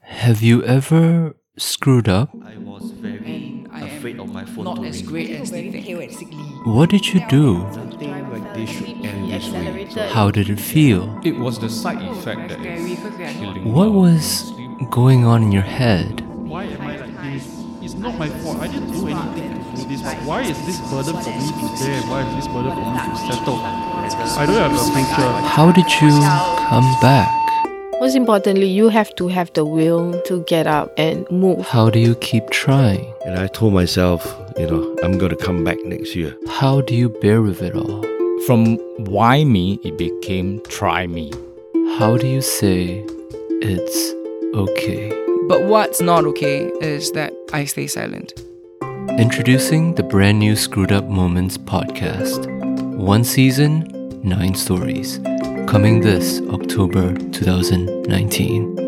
Have you ever screwed up? I was very And I am afraid of my phone not as ring. great as they very pale think. and sickly. What did you do? Something like this should end this way. How did it feel? It was the side effect that is killing What our was sleep. going on in your head? Why am I like this? It's not my fault. I didn't do anything to do this. Why is this burden for me to bear? Why is this burden for me to settle? I don't have a future. How did you come back? Most importantly, you have to have the will to get up and move. How do you keep trying? And I told myself, you know, I'm going to come back next year. How do you bear with it all? From why me, it became try me. How do you say it's okay? But what's not okay is that I stay silent. Introducing the brand new Screwed Up Moments podcast. One season, nine stories. Coming this October 2019.